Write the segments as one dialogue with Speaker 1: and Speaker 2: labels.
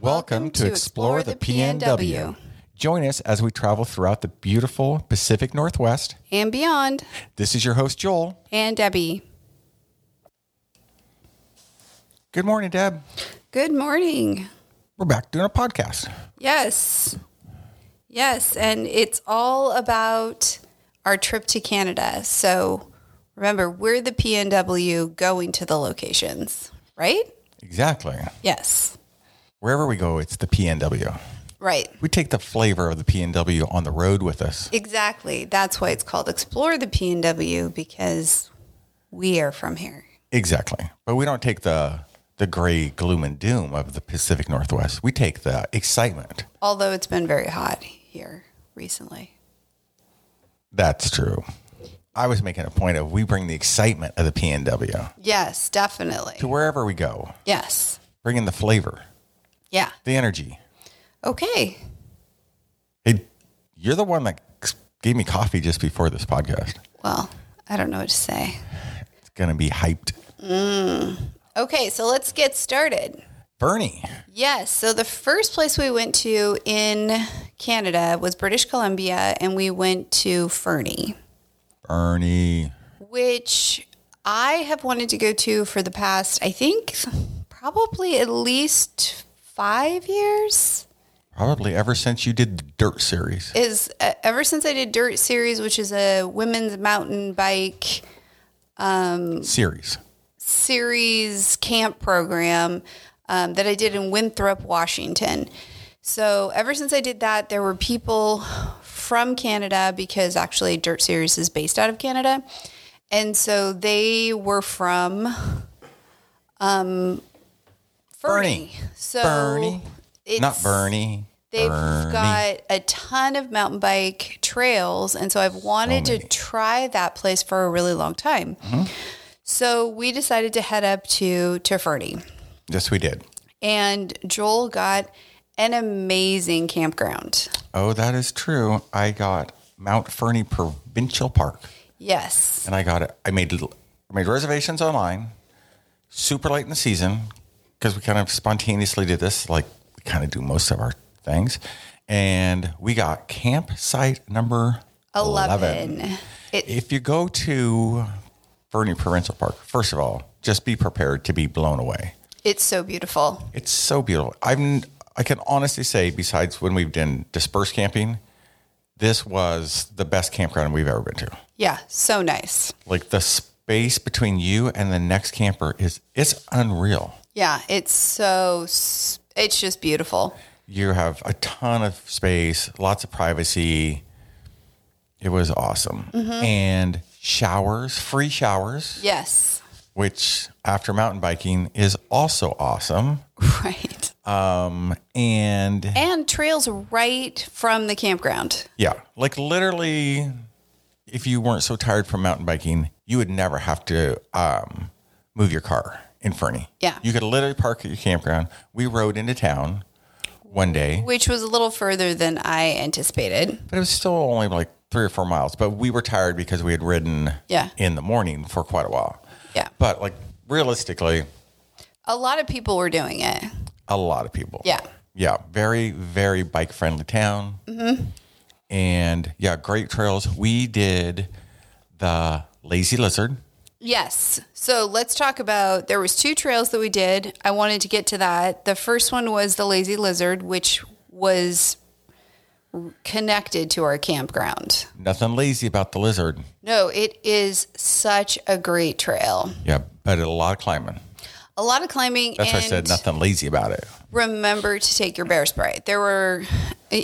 Speaker 1: Welcome to Explore the PNW. Join us as we travel throughout the beautiful Pacific Northwest.
Speaker 2: and beyond,
Speaker 1: This is your host, Joel.
Speaker 2: and Debbie.
Speaker 1: Good morning, Deb.
Speaker 2: Good morning.
Speaker 1: We're back doing a podcast.
Speaker 2: Yes. Yes. And it's all about our trip to Canada. So remember, we're the PNW going to the locations, right?
Speaker 1: Exactly.
Speaker 2: Yes.
Speaker 1: Wherever we go, it's the PNW.
Speaker 2: Right.
Speaker 1: We take the flavor of the PNW on the road with us.
Speaker 2: Exactly. That's why it's called Explore the PNW because we are from here.
Speaker 1: Exactly. But we don't take the the gray gloom and doom of the Pacific Northwest. We take the excitement.
Speaker 2: Although it's been very hot here recently.
Speaker 1: That's true. I was making a point of we bring the excitement of the PNW
Speaker 2: Yes, definitely.
Speaker 1: to wherever we go,
Speaker 2: Yes.
Speaker 1: bringing the flavor,
Speaker 2: Yeah.
Speaker 1: the energy.
Speaker 2: Okay.
Speaker 1: Hey, you're the one that gave me coffee just before this podcast.
Speaker 2: Well, I don't know what to say.
Speaker 1: It's going to be hyped.
Speaker 2: Okay, so let's get started.
Speaker 1: Bernie.
Speaker 2: Yes, so the first place we went to in Canada was British Columbia, and we went to Fernie,
Speaker 1: Bernie.
Speaker 2: which I have wanted to go to for the past, I think, probably at least five years.
Speaker 1: Probably ever since you did the dirt series.
Speaker 2: Is uh, ever since I did Dirt Series, which is a women's mountain bike
Speaker 1: series.
Speaker 2: series camp program um, that I did in Winthrop, Washington. So ever since I did that, there were people from Canada because actually Dirt Series is based out of Canada, and so they were from um,
Speaker 1: Bernie.
Speaker 2: Fernie. So
Speaker 1: Bernie.
Speaker 2: it's-
Speaker 1: Not Bernie.
Speaker 2: They've
Speaker 1: Bernie.
Speaker 2: got a ton of mountain bike trails. And so I've wanted
Speaker 1: many.
Speaker 2: to try that place for a really long time. So we decided to head up to, to Fernie.
Speaker 1: Yes, we did.
Speaker 2: And Joel got an amazing campground.
Speaker 1: Oh, that is true. I got Mount Fernie Provincial Park,
Speaker 2: Yes.
Speaker 1: and I got it. I made little, I made reservations online, super late in the season, because we kind of spontaneously did this, like we kind of do most of our things, and we got campsite number
Speaker 2: 11. It,
Speaker 1: If you go to Fernie Provincial Park, first of all, just be prepared to be blown away.
Speaker 2: it's so beautiful.
Speaker 1: It's so beautiful. I'm I can honestly say, besides when we've done dispersed camping, this was the best campground we've ever been to.
Speaker 2: Yeah. So nice.
Speaker 1: Like the space between you and the next camper is it's unreal.
Speaker 2: Yeah. It's so, s- it's just beautiful.
Speaker 1: You have a ton of space, lots of privacy. It was awesome. And showers, free showers,
Speaker 2: Yes.
Speaker 1: which after mountain biking is also awesome.
Speaker 2: Right.
Speaker 1: Um, and
Speaker 2: And trails right from the campground.
Speaker 1: Yeah. Like literally, if you weren't so tired from mountain biking, you would never have to um, move your car in Fernie.
Speaker 2: Yeah.
Speaker 1: You could literally park at your campground. We rode into town one day,
Speaker 2: which was a little further than I anticipated.
Speaker 1: but it was still only like three or four miles. But we were tired because we had ridden
Speaker 2: Yeah.
Speaker 1: in the morning for quite a while.
Speaker 2: Yeah.
Speaker 1: But like realistically,
Speaker 2: A lot of people were doing it.
Speaker 1: a lot of people.
Speaker 2: Yeah.
Speaker 1: Yeah. Very, very bike friendly town.
Speaker 2: Mm-hmm.
Speaker 1: And yeah, great trails. We did the Lazy Lizard.
Speaker 2: Yes. So let's talk about there was two trails that we did. I wanted to get to that. The first one was the Lazy Lizard, which was connected to our campground.
Speaker 1: Nothing lazy about the lizard.
Speaker 2: No, it is such a great trail.
Speaker 1: Yeah, but a lot of climbing.
Speaker 2: A lot of climbing
Speaker 1: That's
Speaker 2: and
Speaker 1: why I said nothing lazy about it.
Speaker 2: remember to take your bear spray. There were,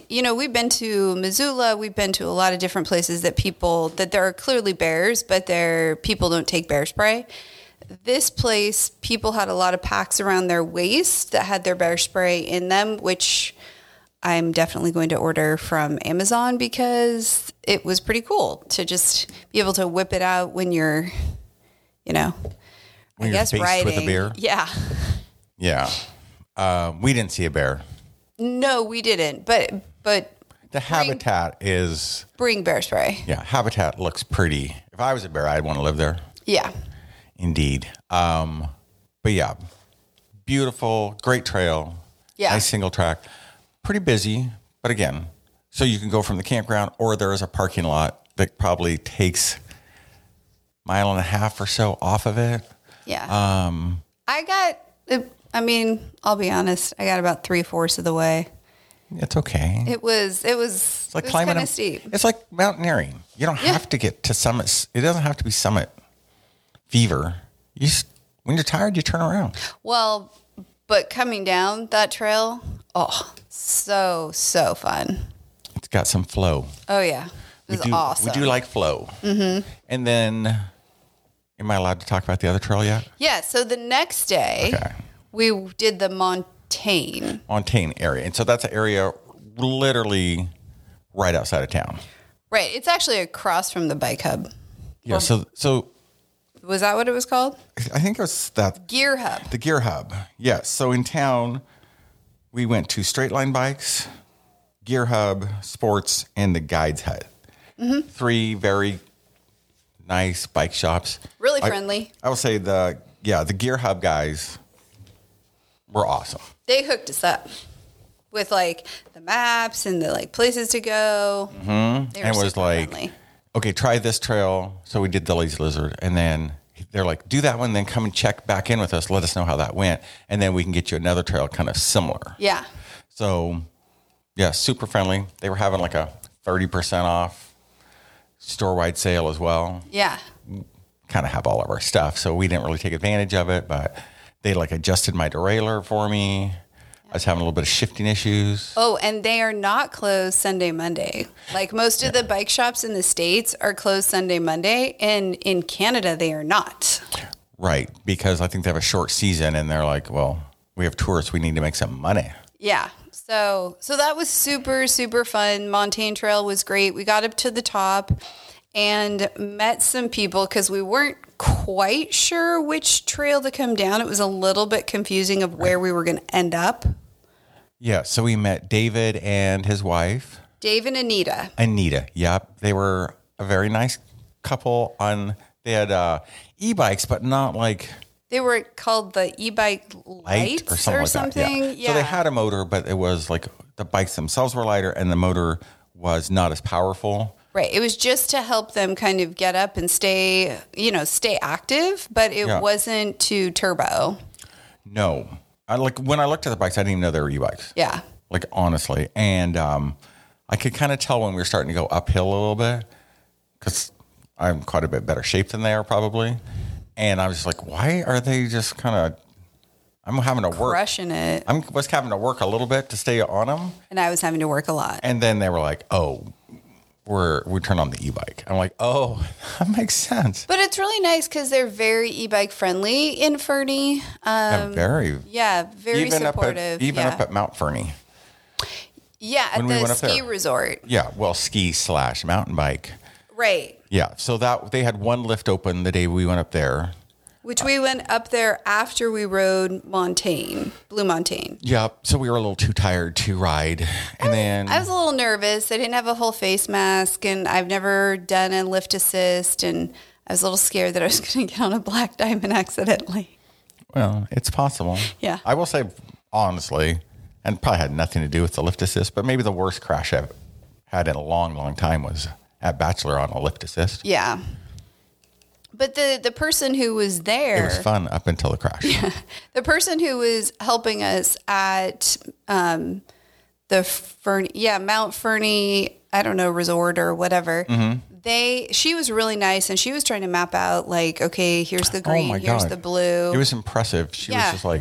Speaker 2: you know, we've been to Missoula, we've been to a lot of different places that people that there are clearly bears, but there people don't take bear spray. This place, people had a lot of packs around their waist that had their bear spray in them, which I'm definitely going to order from Amazon because it was pretty cool to just be able to whip it out when you're, you know,
Speaker 1: When you're
Speaker 2: I guess
Speaker 1: faced
Speaker 2: riding.
Speaker 1: with a bear?
Speaker 2: Yeah.
Speaker 1: Yeah. Um, we didn't see a bear.
Speaker 2: No, we didn't. But but
Speaker 1: The habitat is,
Speaker 2: bring bear spray.
Speaker 1: yeah, habitat looks pretty. If I was a bear, I'd want to live there.
Speaker 2: Yeah.
Speaker 1: Indeed. Um, but yeah, beautiful, great trail.
Speaker 2: Yeah.
Speaker 1: Nice single track. Pretty busy, but again, so you can go from the campground or there is a parking lot that probably takes mile and a half or so off of it. Uh, Um,
Speaker 2: Yeah. I got, I mean, I'll be honest, I got about three fourths of the way.
Speaker 1: It's okay.
Speaker 2: It was, it was,
Speaker 1: it's like
Speaker 2: it was
Speaker 1: climbing
Speaker 2: kind
Speaker 1: a,
Speaker 2: of steep.
Speaker 1: It's like mountaineering. You don't
Speaker 2: Yeah.
Speaker 1: have to get to summits. It doesn't have to be summit fever. You just, when you're tired, you turn around.
Speaker 2: Well, but coming down that trail, oh, so, so fun.
Speaker 1: It's got some flow.
Speaker 2: Oh, yeah. It was
Speaker 1: do,
Speaker 2: awesome. Mm-hmm.
Speaker 1: We do like flow. And then, am I allowed to talk about the other trail yet?
Speaker 2: yeah. So the next day,
Speaker 1: Okay.
Speaker 2: we did the Montaigne.
Speaker 1: Montaigne area. And so that's an area literally right outside of town.
Speaker 2: Right. It's actually across from the bike hub.
Speaker 1: Yeah. So, so
Speaker 2: Was that what it was called?
Speaker 1: I think it was that
Speaker 2: Gear hub.
Speaker 1: the gear hub. Yes. So in town, we went to straight line bikes, gear hub, sports, and the guide's hut.
Speaker 2: Mm-hmm.
Speaker 1: Three very nice bike shops.
Speaker 2: Really
Speaker 1: I-
Speaker 2: friendly.
Speaker 1: I will say the, yeah, the gear hub guys were awesome.
Speaker 2: They hooked us up with like the maps and the like places to go. Mm-hmm. They were
Speaker 1: and it was
Speaker 2: super
Speaker 1: like,
Speaker 2: friendly.
Speaker 1: okay, try this trail. So we did the lazy lizard, and then they're like, do that one, then come and check back in with us. Let us know how that went, and then we can get you another trail kind of similar.
Speaker 2: yeah.
Speaker 1: So, yeah, super friendly. They were having like a thirty percent off store wide sale as well.
Speaker 2: Yeah.
Speaker 1: Kind of have all of our stuff, so we didn't really take advantage of it. But they like adjusted my derailleur for me. I was having a little bit of shifting issues.
Speaker 2: Oh, and they are not closed Sunday, Monday. Like most of the bike shops in the States are closed Sunday, Monday. And in Canada, they are not.
Speaker 1: Right, because I think they have a short season and they're like, well, we have tourists, we need to make some money.
Speaker 2: Yeah. So so that was super super fun. Montane Trail was great. We got up to the top and met some people cuz we weren't quite sure which trail to come down. It was a little bit confusing of where we were going to end up.
Speaker 1: Yeah, so we met David and his wife,
Speaker 2: Dave and Anita.
Speaker 1: Anita. Yep, they were a very nice couple on they had uh, e-bikes but not like
Speaker 2: They were called the e-bike lights
Speaker 1: light or something like that.
Speaker 2: Yeah.
Speaker 1: So they had a motor but it was like the bikes themselves were lighter and the motor was not as powerful.
Speaker 2: Right. It was just to help them kind of get up and stay, you know, stay active, but it
Speaker 1: Yeah.
Speaker 2: wasn't to turbo.
Speaker 1: No. I like when I looked at the bikes I didn't even know they were e-bikes.
Speaker 2: Yeah.
Speaker 1: like honestly. And um, I could kind of tell when we were starting to go uphill a little bit because I'm quite a bit better shape than they are probably. And I was just like, why are they just kind of? I'm having to work.
Speaker 2: Crushing it.
Speaker 1: I'm was having to work a little bit to stay on them,
Speaker 2: and I was having to work a lot.
Speaker 1: and then they were like, oh. We're, we turn on the e-bike. I'm like, oh, that makes sense.
Speaker 2: But it's really nice because they're very e-bike friendly in Fernie. Um,
Speaker 1: Yeah, very
Speaker 2: yeah, very supportive.
Speaker 1: up at even
Speaker 2: yeah.
Speaker 1: up at Mount Fernie.
Speaker 2: yeah, at
Speaker 1: when we
Speaker 2: the
Speaker 1: went up
Speaker 2: ski
Speaker 1: there.
Speaker 2: resort.
Speaker 1: Yeah, well, ski slash mountain bike.
Speaker 2: Right.
Speaker 1: Yeah, so that they had one lift open the day we went up there.
Speaker 2: Which we went up there after we rode Montaigne, Blue Montaigne.
Speaker 1: Yeah, so we were a little too tired to ride, and then
Speaker 2: I was a little nervous. I didn't have a whole face mask and I've never done a lift assist and I was a little scared that I was going to get on a black diamond accidentally.
Speaker 1: well, it's possible.
Speaker 2: Yeah.
Speaker 1: I will say honestly, and probably had nothing to do with the lift assist, but maybe the worst crash I've had in a long, long time was at Bachelor on a lift assist.
Speaker 2: Yeah. But the the person who was
Speaker 1: It
Speaker 2: there
Speaker 1: was fun up until the crash.
Speaker 2: The person who was helping us at um, the Fern, yeah, Mount Fernie, I don't know, resort or whatever.
Speaker 1: Mm-hmm.
Speaker 2: They, she was really nice, and she was trying to map out like, okay, here's the green,
Speaker 1: Oh my
Speaker 2: here's
Speaker 1: God.
Speaker 2: the blue.
Speaker 1: It was impressive. She
Speaker 2: Yeah.
Speaker 1: was just like,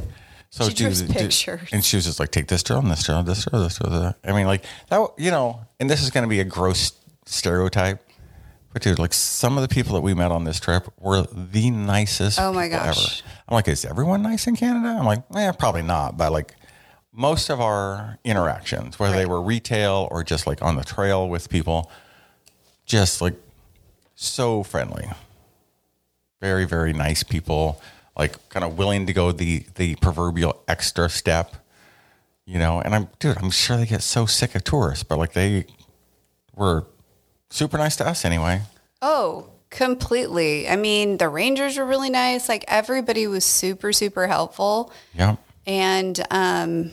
Speaker 1: so
Speaker 2: She
Speaker 1: do
Speaker 2: drew us
Speaker 1: the- do-
Speaker 2: pictures.
Speaker 1: and she was just like, take this drill and this drill, this drill, this drill. This drill. I mean, like that, you know. And this is going to be a gross stereotype, but dude, like some of the people that we met on this trip were the nicest.
Speaker 2: Oh my
Speaker 1: people
Speaker 2: gosh.
Speaker 1: Ever. I'm like, is everyone nice in Canada? I'm like, eh, probably not, but like. Most of our interactions, whether they were retail or just like on the trail with people, just like so friendly very very nice people like kind of willing to go the the proverbial extra step you know and i'm dude i'm sure they get so sick of tourists but like they were super nice to us anyway
Speaker 2: oh, completely. I mean, the Rangers were really nice. Like everybody was super, super helpful,
Speaker 1: yeah
Speaker 2: and um,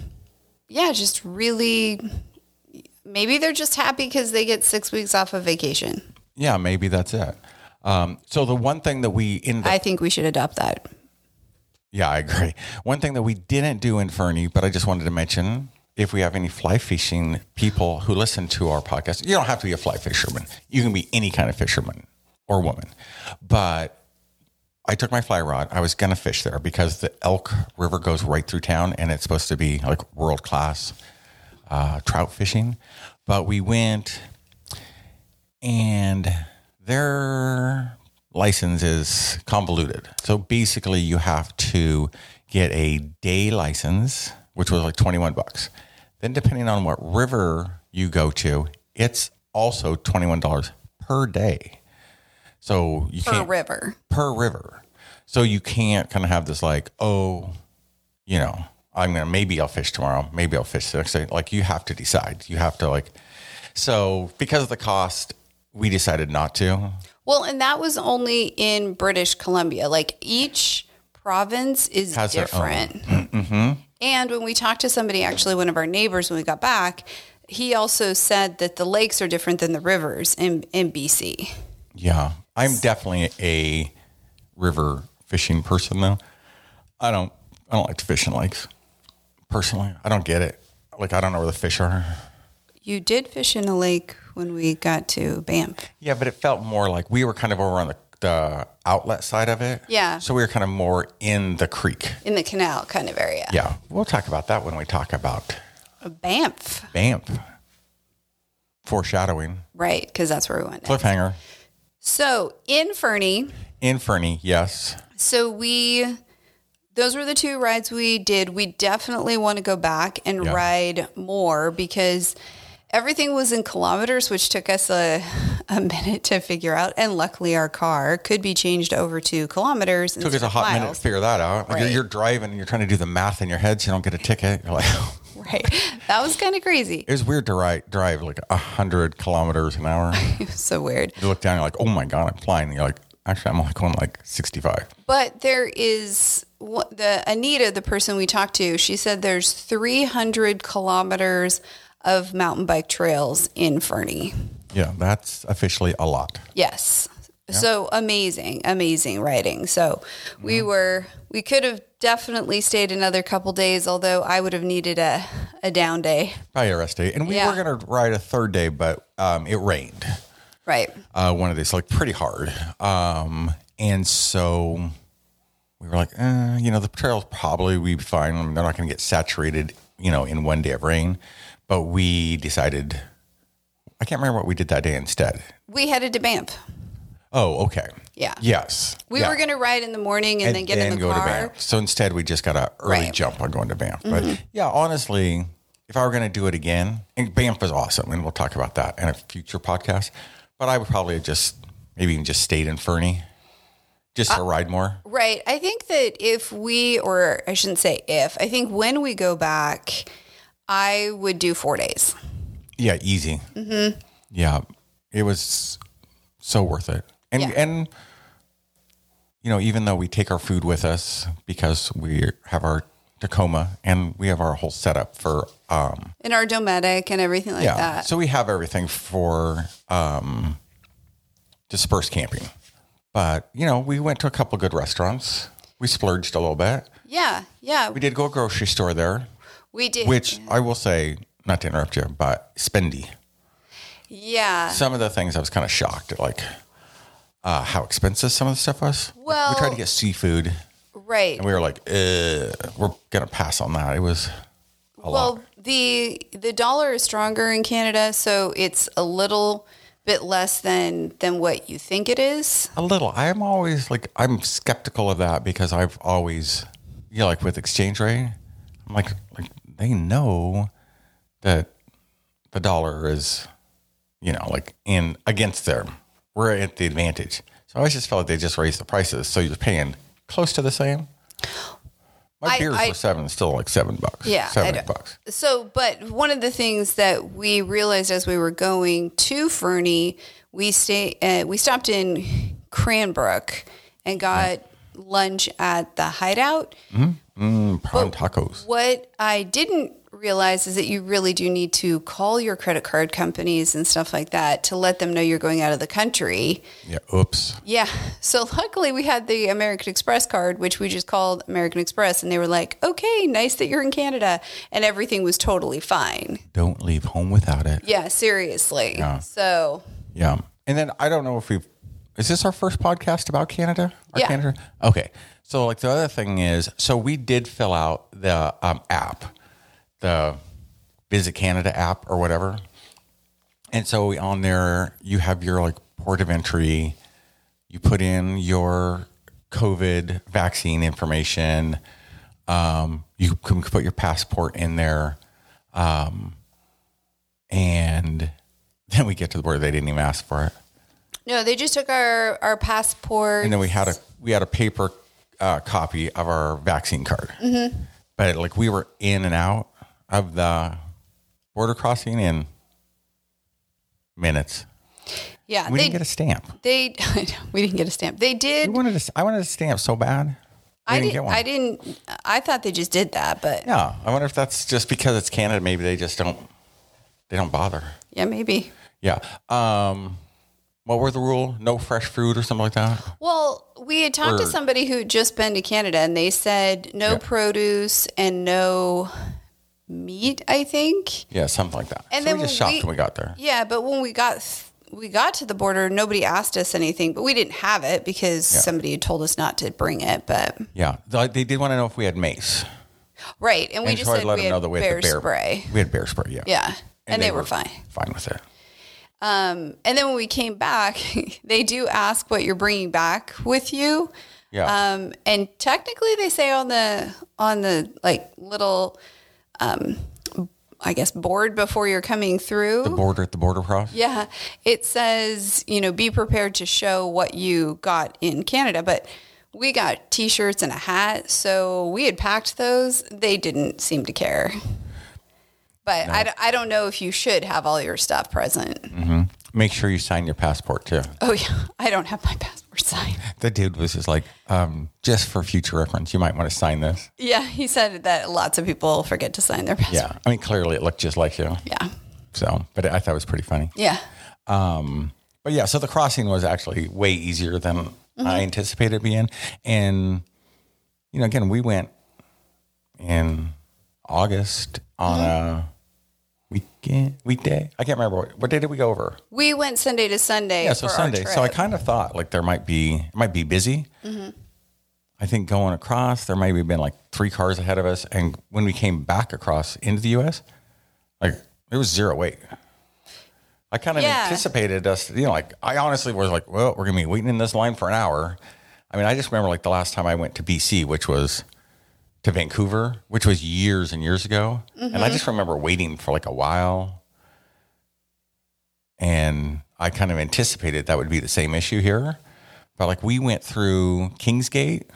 Speaker 2: yeah, just really maybe they're just happy because they get six weeks off of vacation.
Speaker 1: Yeah, maybe that's it. Um, so the one thing that we in the,
Speaker 2: I think we should adopt that.
Speaker 1: yeah, I agree. One thing that we didn't do in Fernie, but I just wanted to mention if we have any fly fishing people who listen to our podcast, you don't have to be a fly fisherman. You can be any kind of fisherman or woman. But I took my fly rod. I was gonna fish there because the Elk River goes right through town, and it's supposed to be like world class uh, trout fishing. But we went, and their license is convoluted. So basically, you have to get a day license, which was like twenty one bucks. Then, depending on what river you go to, it's also twenty one dollars per day. So you
Speaker 2: Per
Speaker 1: can't
Speaker 2: river.
Speaker 1: per river. So you can't kind of have this like, oh, you know, I'm gonna maybe I'll fish tomorrow, maybe I'll fish the next day. Like you have to decide. You have to like. So because of the cost, we decided not to.
Speaker 2: Well, and that was only in British Columbia. Like each province is
Speaker 1: Has their own. Mm-hmm.
Speaker 2: different. And when we talked to somebody, actually one of our neighbors, when we got back, he also said that the lakes are different than the rivers in, in BC.
Speaker 1: Yeah, I'm definitely a river fishing person though. I don't. I don't like to fish in lakes. Personally, I don't get it. Like I don't know where the fish are.
Speaker 2: You did fish in a lake when we got to Banff.
Speaker 1: Yeah, but it felt more like we were kind of over on the, the outlet side of it.
Speaker 2: Yeah.
Speaker 1: So we were kind of more in the creek.
Speaker 2: In the canal kind of area.
Speaker 1: Yeah, we'll talk about that when we talk about
Speaker 2: Banff.
Speaker 1: BAMP. Foreshadowing.
Speaker 2: Right, because that's where we went.
Speaker 1: Cliffhanger.
Speaker 2: So in Fernie,
Speaker 1: Inferny, yes.
Speaker 2: So we, those were the two rides we did. We definitely want to go back and
Speaker 1: Yeah.
Speaker 2: ride more because everything was in kilometers, which took us a, a minute to figure out. And luckily, our car could be changed over to kilometers.
Speaker 1: Took us a hot minute to figure that out. Like you're-
Speaker 2: Right.
Speaker 1: You're driving and you're trying to do the math in your head so you don't get a ticket. You're like,
Speaker 2: Right. That was kind of crazy.
Speaker 1: it was weird to ride, drive like 100 kilometers an hour.
Speaker 2: It was so weird.
Speaker 1: you look down, you're like, oh my God, I'm flying. And you're like, actually, I'm only going like 65.
Speaker 2: But there is wha- the Anita, the person we talked to, she said there's 300 kilometers of mountain bike trails in Fernie.
Speaker 1: Yeah, that's officially a lot.
Speaker 2: Yes. So amazing, amazing writing. So we were, we could have definitely stayed another couple days, although I would have needed a, a down day.
Speaker 1: Probably a rest day. And we
Speaker 2: Yeah.
Speaker 1: were going to ride a third day, but um, it rained.
Speaker 2: Right.
Speaker 1: uh, one of these, like pretty hard. Um, and so we were like, eh, you know, the trails probably we be fine. I mean, they're not going to get saturated, you know, in one day of rain. But we decided, I can't remember what we did that day instead.
Speaker 2: We headed to Banff.
Speaker 1: Oh, okay.
Speaker 2: Yeah.
Speaker 1: Yes.
Speaker 2: We
Speaker 1: Yeah.
Speaker 2: were going to ride in the morning and, then get in the
Speaker 1: go
Speaker 2: car.
Speaker 1: to Banff. So instead, we just got a early
Speaker 2: Right. Mm-hmm.
Speaker 1: jump on going to Banff. But yeah, honestly, if I were going to do it again, and Banff was awesome, and we'll talk about that in a future podcast. But I would probably have just maybe even just stayed in Fernie just
Speaker 2: Uh,
Speaker 1: to ride more.
Speaker 2: Right. I think that if we, or I shouldn't say if, I think when we go back, I would do four days.
Speaker 1: Yeah, easy. Mm-hmm. Yeah, it was so worth it, and and you know, even though we take our food with us because we have our Tacoma and we have our whole setup for um,
Speaker 2: In our dometic and everything like
Speaker 1: yeah.
Speaker 2: that.
Speaker 1: So we have everything for um, dispersed camping. But, you know, we went to a couple good restaurants. We splurged a little bit.
Speaker 2: Yeah. Yeah.
Speaker 1: We
Speaker 2: We,
Speaker 1: did go grocery store there,
Speaker 2: did.
Speaker 1: which I will say, not to interrupt you, but spendy.
Speaker 2: yeah.
Speaker 1: Some of the things I was kind of shocked at, like uh, how expensive some of the stuff was. Like, we tried
Speaker 2: Well-
Speaker 1: to get seafood
Speaker 2: right.
Speaker 1: and we were like, Ugh, we're going to pass on that. It was a lot.
Speaker 2: Well, the the dollar is stronger in Canada, so it's a little bit less than than what you think it is.
Speaker 1: A little. I'm always like I'm skeptical of that because I've always, you know, like with exchange rate, I'm like, like they know that the dollar is, you know, like in against them. We're at the advantage. So I always just felt like they just raised the prices, so you're paying close to the same. My
Speaker 2: I-
Speaker 1: beers
Speaker 2: I-
Speaker 1: were seven, still like seven bucks.
Speaker 2: Yeah, I
Speaker 1: seven eight
Speaker 2: don't-
Speaker 1: bucks.
Speaker 2: So, but one of the things that we realized as we were going to Fernie, we stay uh, we stopped in Cranbrook and got lunch at the Hideout.
Speaker 1: Prawn Mm, tacos.
Speaker 2: What I didn't realize is that you really do need to call your credit card companies and stuff like that to let them know you're going out of the country.
Speaker 1: Yeah. Oops.
Speaker 2: Yeah. So luckily we had the American Express card, which we just called American Express, and they were like, okay, nice that you're in Canada. And everything was totally fine.
Speaker 1: Don't leave home without it.
Speaker 2: Yeah, seriously.
Speaker 1: Yeah.
Speaker 2: So,
Speaker 1: Yeah. And then I don't know if we've is this our first podcast about Canada? Our
Speaker 2: Yeah.
Speaker 1: Canada? Okay. So like the other thing is, so we did fill out the um, app, the Visit Canada app or whatever. And so on there, you have your like port of entry. You put in your COVID vaccine information. Um, you can put your passport in there. Um, and then we get to where they didn't even ask for it.
Speaker 2: no, they just took our, our passport.
Speaker 1: And then we had a we had a paper uh, copy of our vaccine card.
Speaker 2: Mm-hmm.
Speaker 1: But like we were in and out of the border crossing in minutes.
Speaker 2: yeah.
Speaker 1: We
Speaker 2: Uh, they,
Speaker 1: didn't get a stamp.
Speaker 2: they, we didn't get a stamp. They did.
Speaker 1: We wanted a, I wanted a stamp so bad. We
Speaker 2: I
Speaker 1: didn't
Speaker 2: didn't.
Speaker 1: get one.
Speaker 2: I didn't. I thought they just did that, but yeah,
Speaker 1: yeah, I wonder if that's just because it's Canada. Maybe they just don't they don't bother.
Speaker 2: maybe.
Speaker 1: Yeah. Um, what were the rule? No fresh fruit or something like that.
Speaker 2: Well, we had talked
Speaker 1: Or-
Speaker 2: to somebody who had just been to Canada, and they said no
Speaker 1: Yeah.
Speaker 2: produce and no meat. I think.
Speaker 1: Yeah, something like that.
Speaker 2: And
Speaker 1: so
Speaker 2: then
Speaker 1: we just
Speaker 2: when
Speaker 1: shopped
Speaker 2: we-
Speaker 1: when we got there.
Speaker 2: Yeah, but when we got we got to the border, nobody asked us anything, but we didn't have it because somebody had told us not to bring it. But
Speaker 1: Yeah, They- they did want to know if we had mace.
Speaker 2: right, and we
Speaker 1: and
Speaker 2: just
Speaker 1: so I
Speaker 2: said
Speaker 1: let
Speaker 2: we
Speaker 1: them know
Speaker 2: had
Speaker 1: that we
Speaker 2: bear
Speaker 1: had the bear
Speaker 2: spray.
Speaker 1: We had bear spray, yeah.
Speaker 2: Yeah, and, they, were fine.
Speaker 1: Fine with it.
Speaker 2: Um, and then when we came back, they do ask what you're bringing back with you.
Speaker 1: Yeah.
Speaker 2: Um, and technically, they say on the on the like little, um, I guess board before you're coming through.
Speaker 1: the border at the border cross.
Speaker 2: yeah, it says you know be prepared to show what you got in Canada, but we got t-shirts and a hat, so we had packed those. They didn't seem to care. But I, d- I don't know if you should have all your stuff present.
Speaker 1: Mm. Make sure you sign your passport too.
Speaker 2: Oh yeah, I don't have my passport signed.
Speaker 1: The dude was just like, um, just for future reference, you might want to sign this.
Speaker 2: Yeah, he said that lots of people forget to sign their passport.
Speaker 1: Yeah. I mean, clearly it looked just like you.
Speaker 2: Yeah.
Speaker 1: So, but I thought it was pretty funny.
Speaker 2: Yeah.
Speaker 1: But yeah, so the crossing was actually way easier than
Speaker 2: Mm-hmm.
Speaker 1: I anticipated it being. And, you know, again, we went in August on
Speaker 2: Mm-hmm.
Speaker 1: a weekend, weekday. I can't remember what, what day did we go over?
Speaker 2: We went Sunday to Sunday.
Speaker 1: Yeah, so
Speaker 2: for our
Speaker 1: Sunday. So I
Speaker 2: trip. Mm-hmm.
Speaker 1: kind of thought like there might be it might be busy. I think going across, there might have been like three cars ahead of us, and when we came back across into the U.S., like it was zero wait. I kind of
Speaker 2: Yeah.
Speaker 1: anticipated us, you know, like I honestly was like, well, we're gonna be waiting in this line for an hour. I mean, I just remember like the last time I went to BC, which was to Vancouver, which was years and years ago, and I just remember waiting for like a while and I kind of anticipated that would be the same issue here. But like we went through Kingsgate.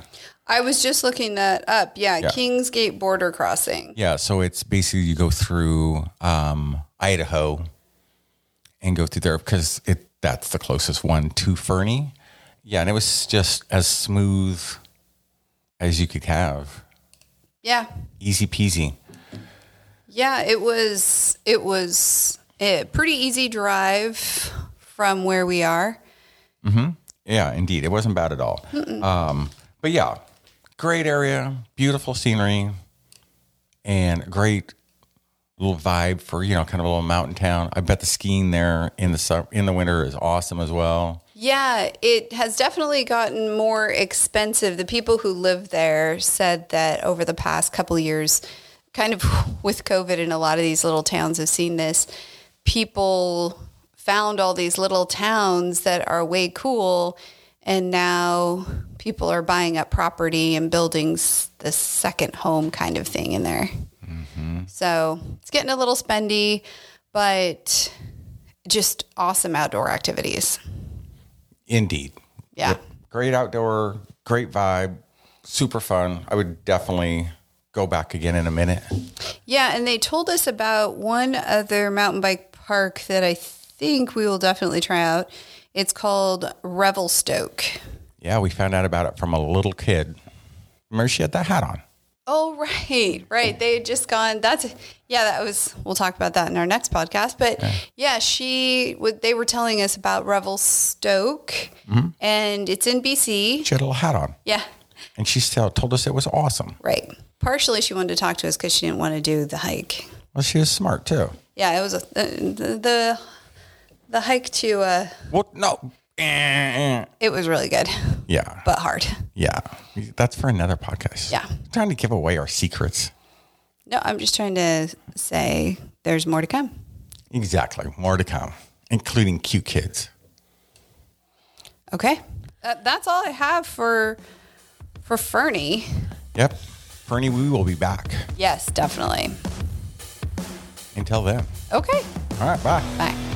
Speaker 2: I was just looking that up. Yeah, Kingsgate border crossing.
Speaker 1: Yeah, so it's basically you go through um, Idaho and go through there because it that's the closest one to Fernie. Yeah, and it was just as smooth as you could have,
Speaker 2: Yeah.
Speaker 1: easy peasy.
Speaker 2: Yeah, it was it was a pretty easy drive from where we are.
Speaker 1: Yeah, indeed, it wasn't bad at all. Um, but yeah, great area, beautiful scenery, and great little vibe for you know, kind of a little mountain town. I bet the skiing there in the summer, in the winter is awesome as well.
Speaker 2: Yeah, it has definitely gotten more expensive. The people who live there said that over the past couple of years, kind of with COVID and a lot of these little towns have seen this, people found all these little towns that are way cool and now people are buying up property and building s- the second home kind of thing in there. So, it's getting a little spendy, but just awesome outdoor activities.
Speaker 1: Indeed,
Speaker 2: Yeah.
Speaker 1: great outdoor, great vibe, super fun. I would definitely go back again in a minute.
Speaker 2: Yeah, and they told us about one other mountain bike park that I think we will definitely try out. It's called Revelstoke.
Speaker 1: Yeah, we found out about it from a little kid. Remember, she had that hat on.
Speaker 2: Oh, right, right. They had just gone. That's yeah. That was. We'll talk about that in our next podcast. But yeah, she. What they were telling us about Revelstoke, and it's in BC.
Speaker 1: She had a little hat on,
Speaker 2: Yeah,
Speaker 1: and she still told us it was awesome.
Speaker 2: right. Partially, she wanted to talk to us because she didn't want to do the hike.
Speaker 1: Well, she was smart too.
Speaker 2: Yeah, it was a, the, the the hike to. Uh,
Speaker 1: Well, no, Eh, eh.
Speaker 2: it was really good,
Speaker 1: yeah,
Speaker 2: but hard.
Speaker 1: yeah. That's for another podcast.
Speaker 2: Yeah.
Speaker 1: I'm trying to give away our secrets.
Speaker 2: No, I'm just trying to say there's more to come.
Speaker 1: Exactly. More to come, including cute kids.
Speaker 2: Okay, uh, that's all I have for for Fernie.
Speaker 1: Yep. Fernie, we will be back.
Speaker 2: Yes, definitely.
Speaker 1: Until then.
Speaker 2: Okay.
Speaker 1: All right. Bye.
Speaker 2: Bye.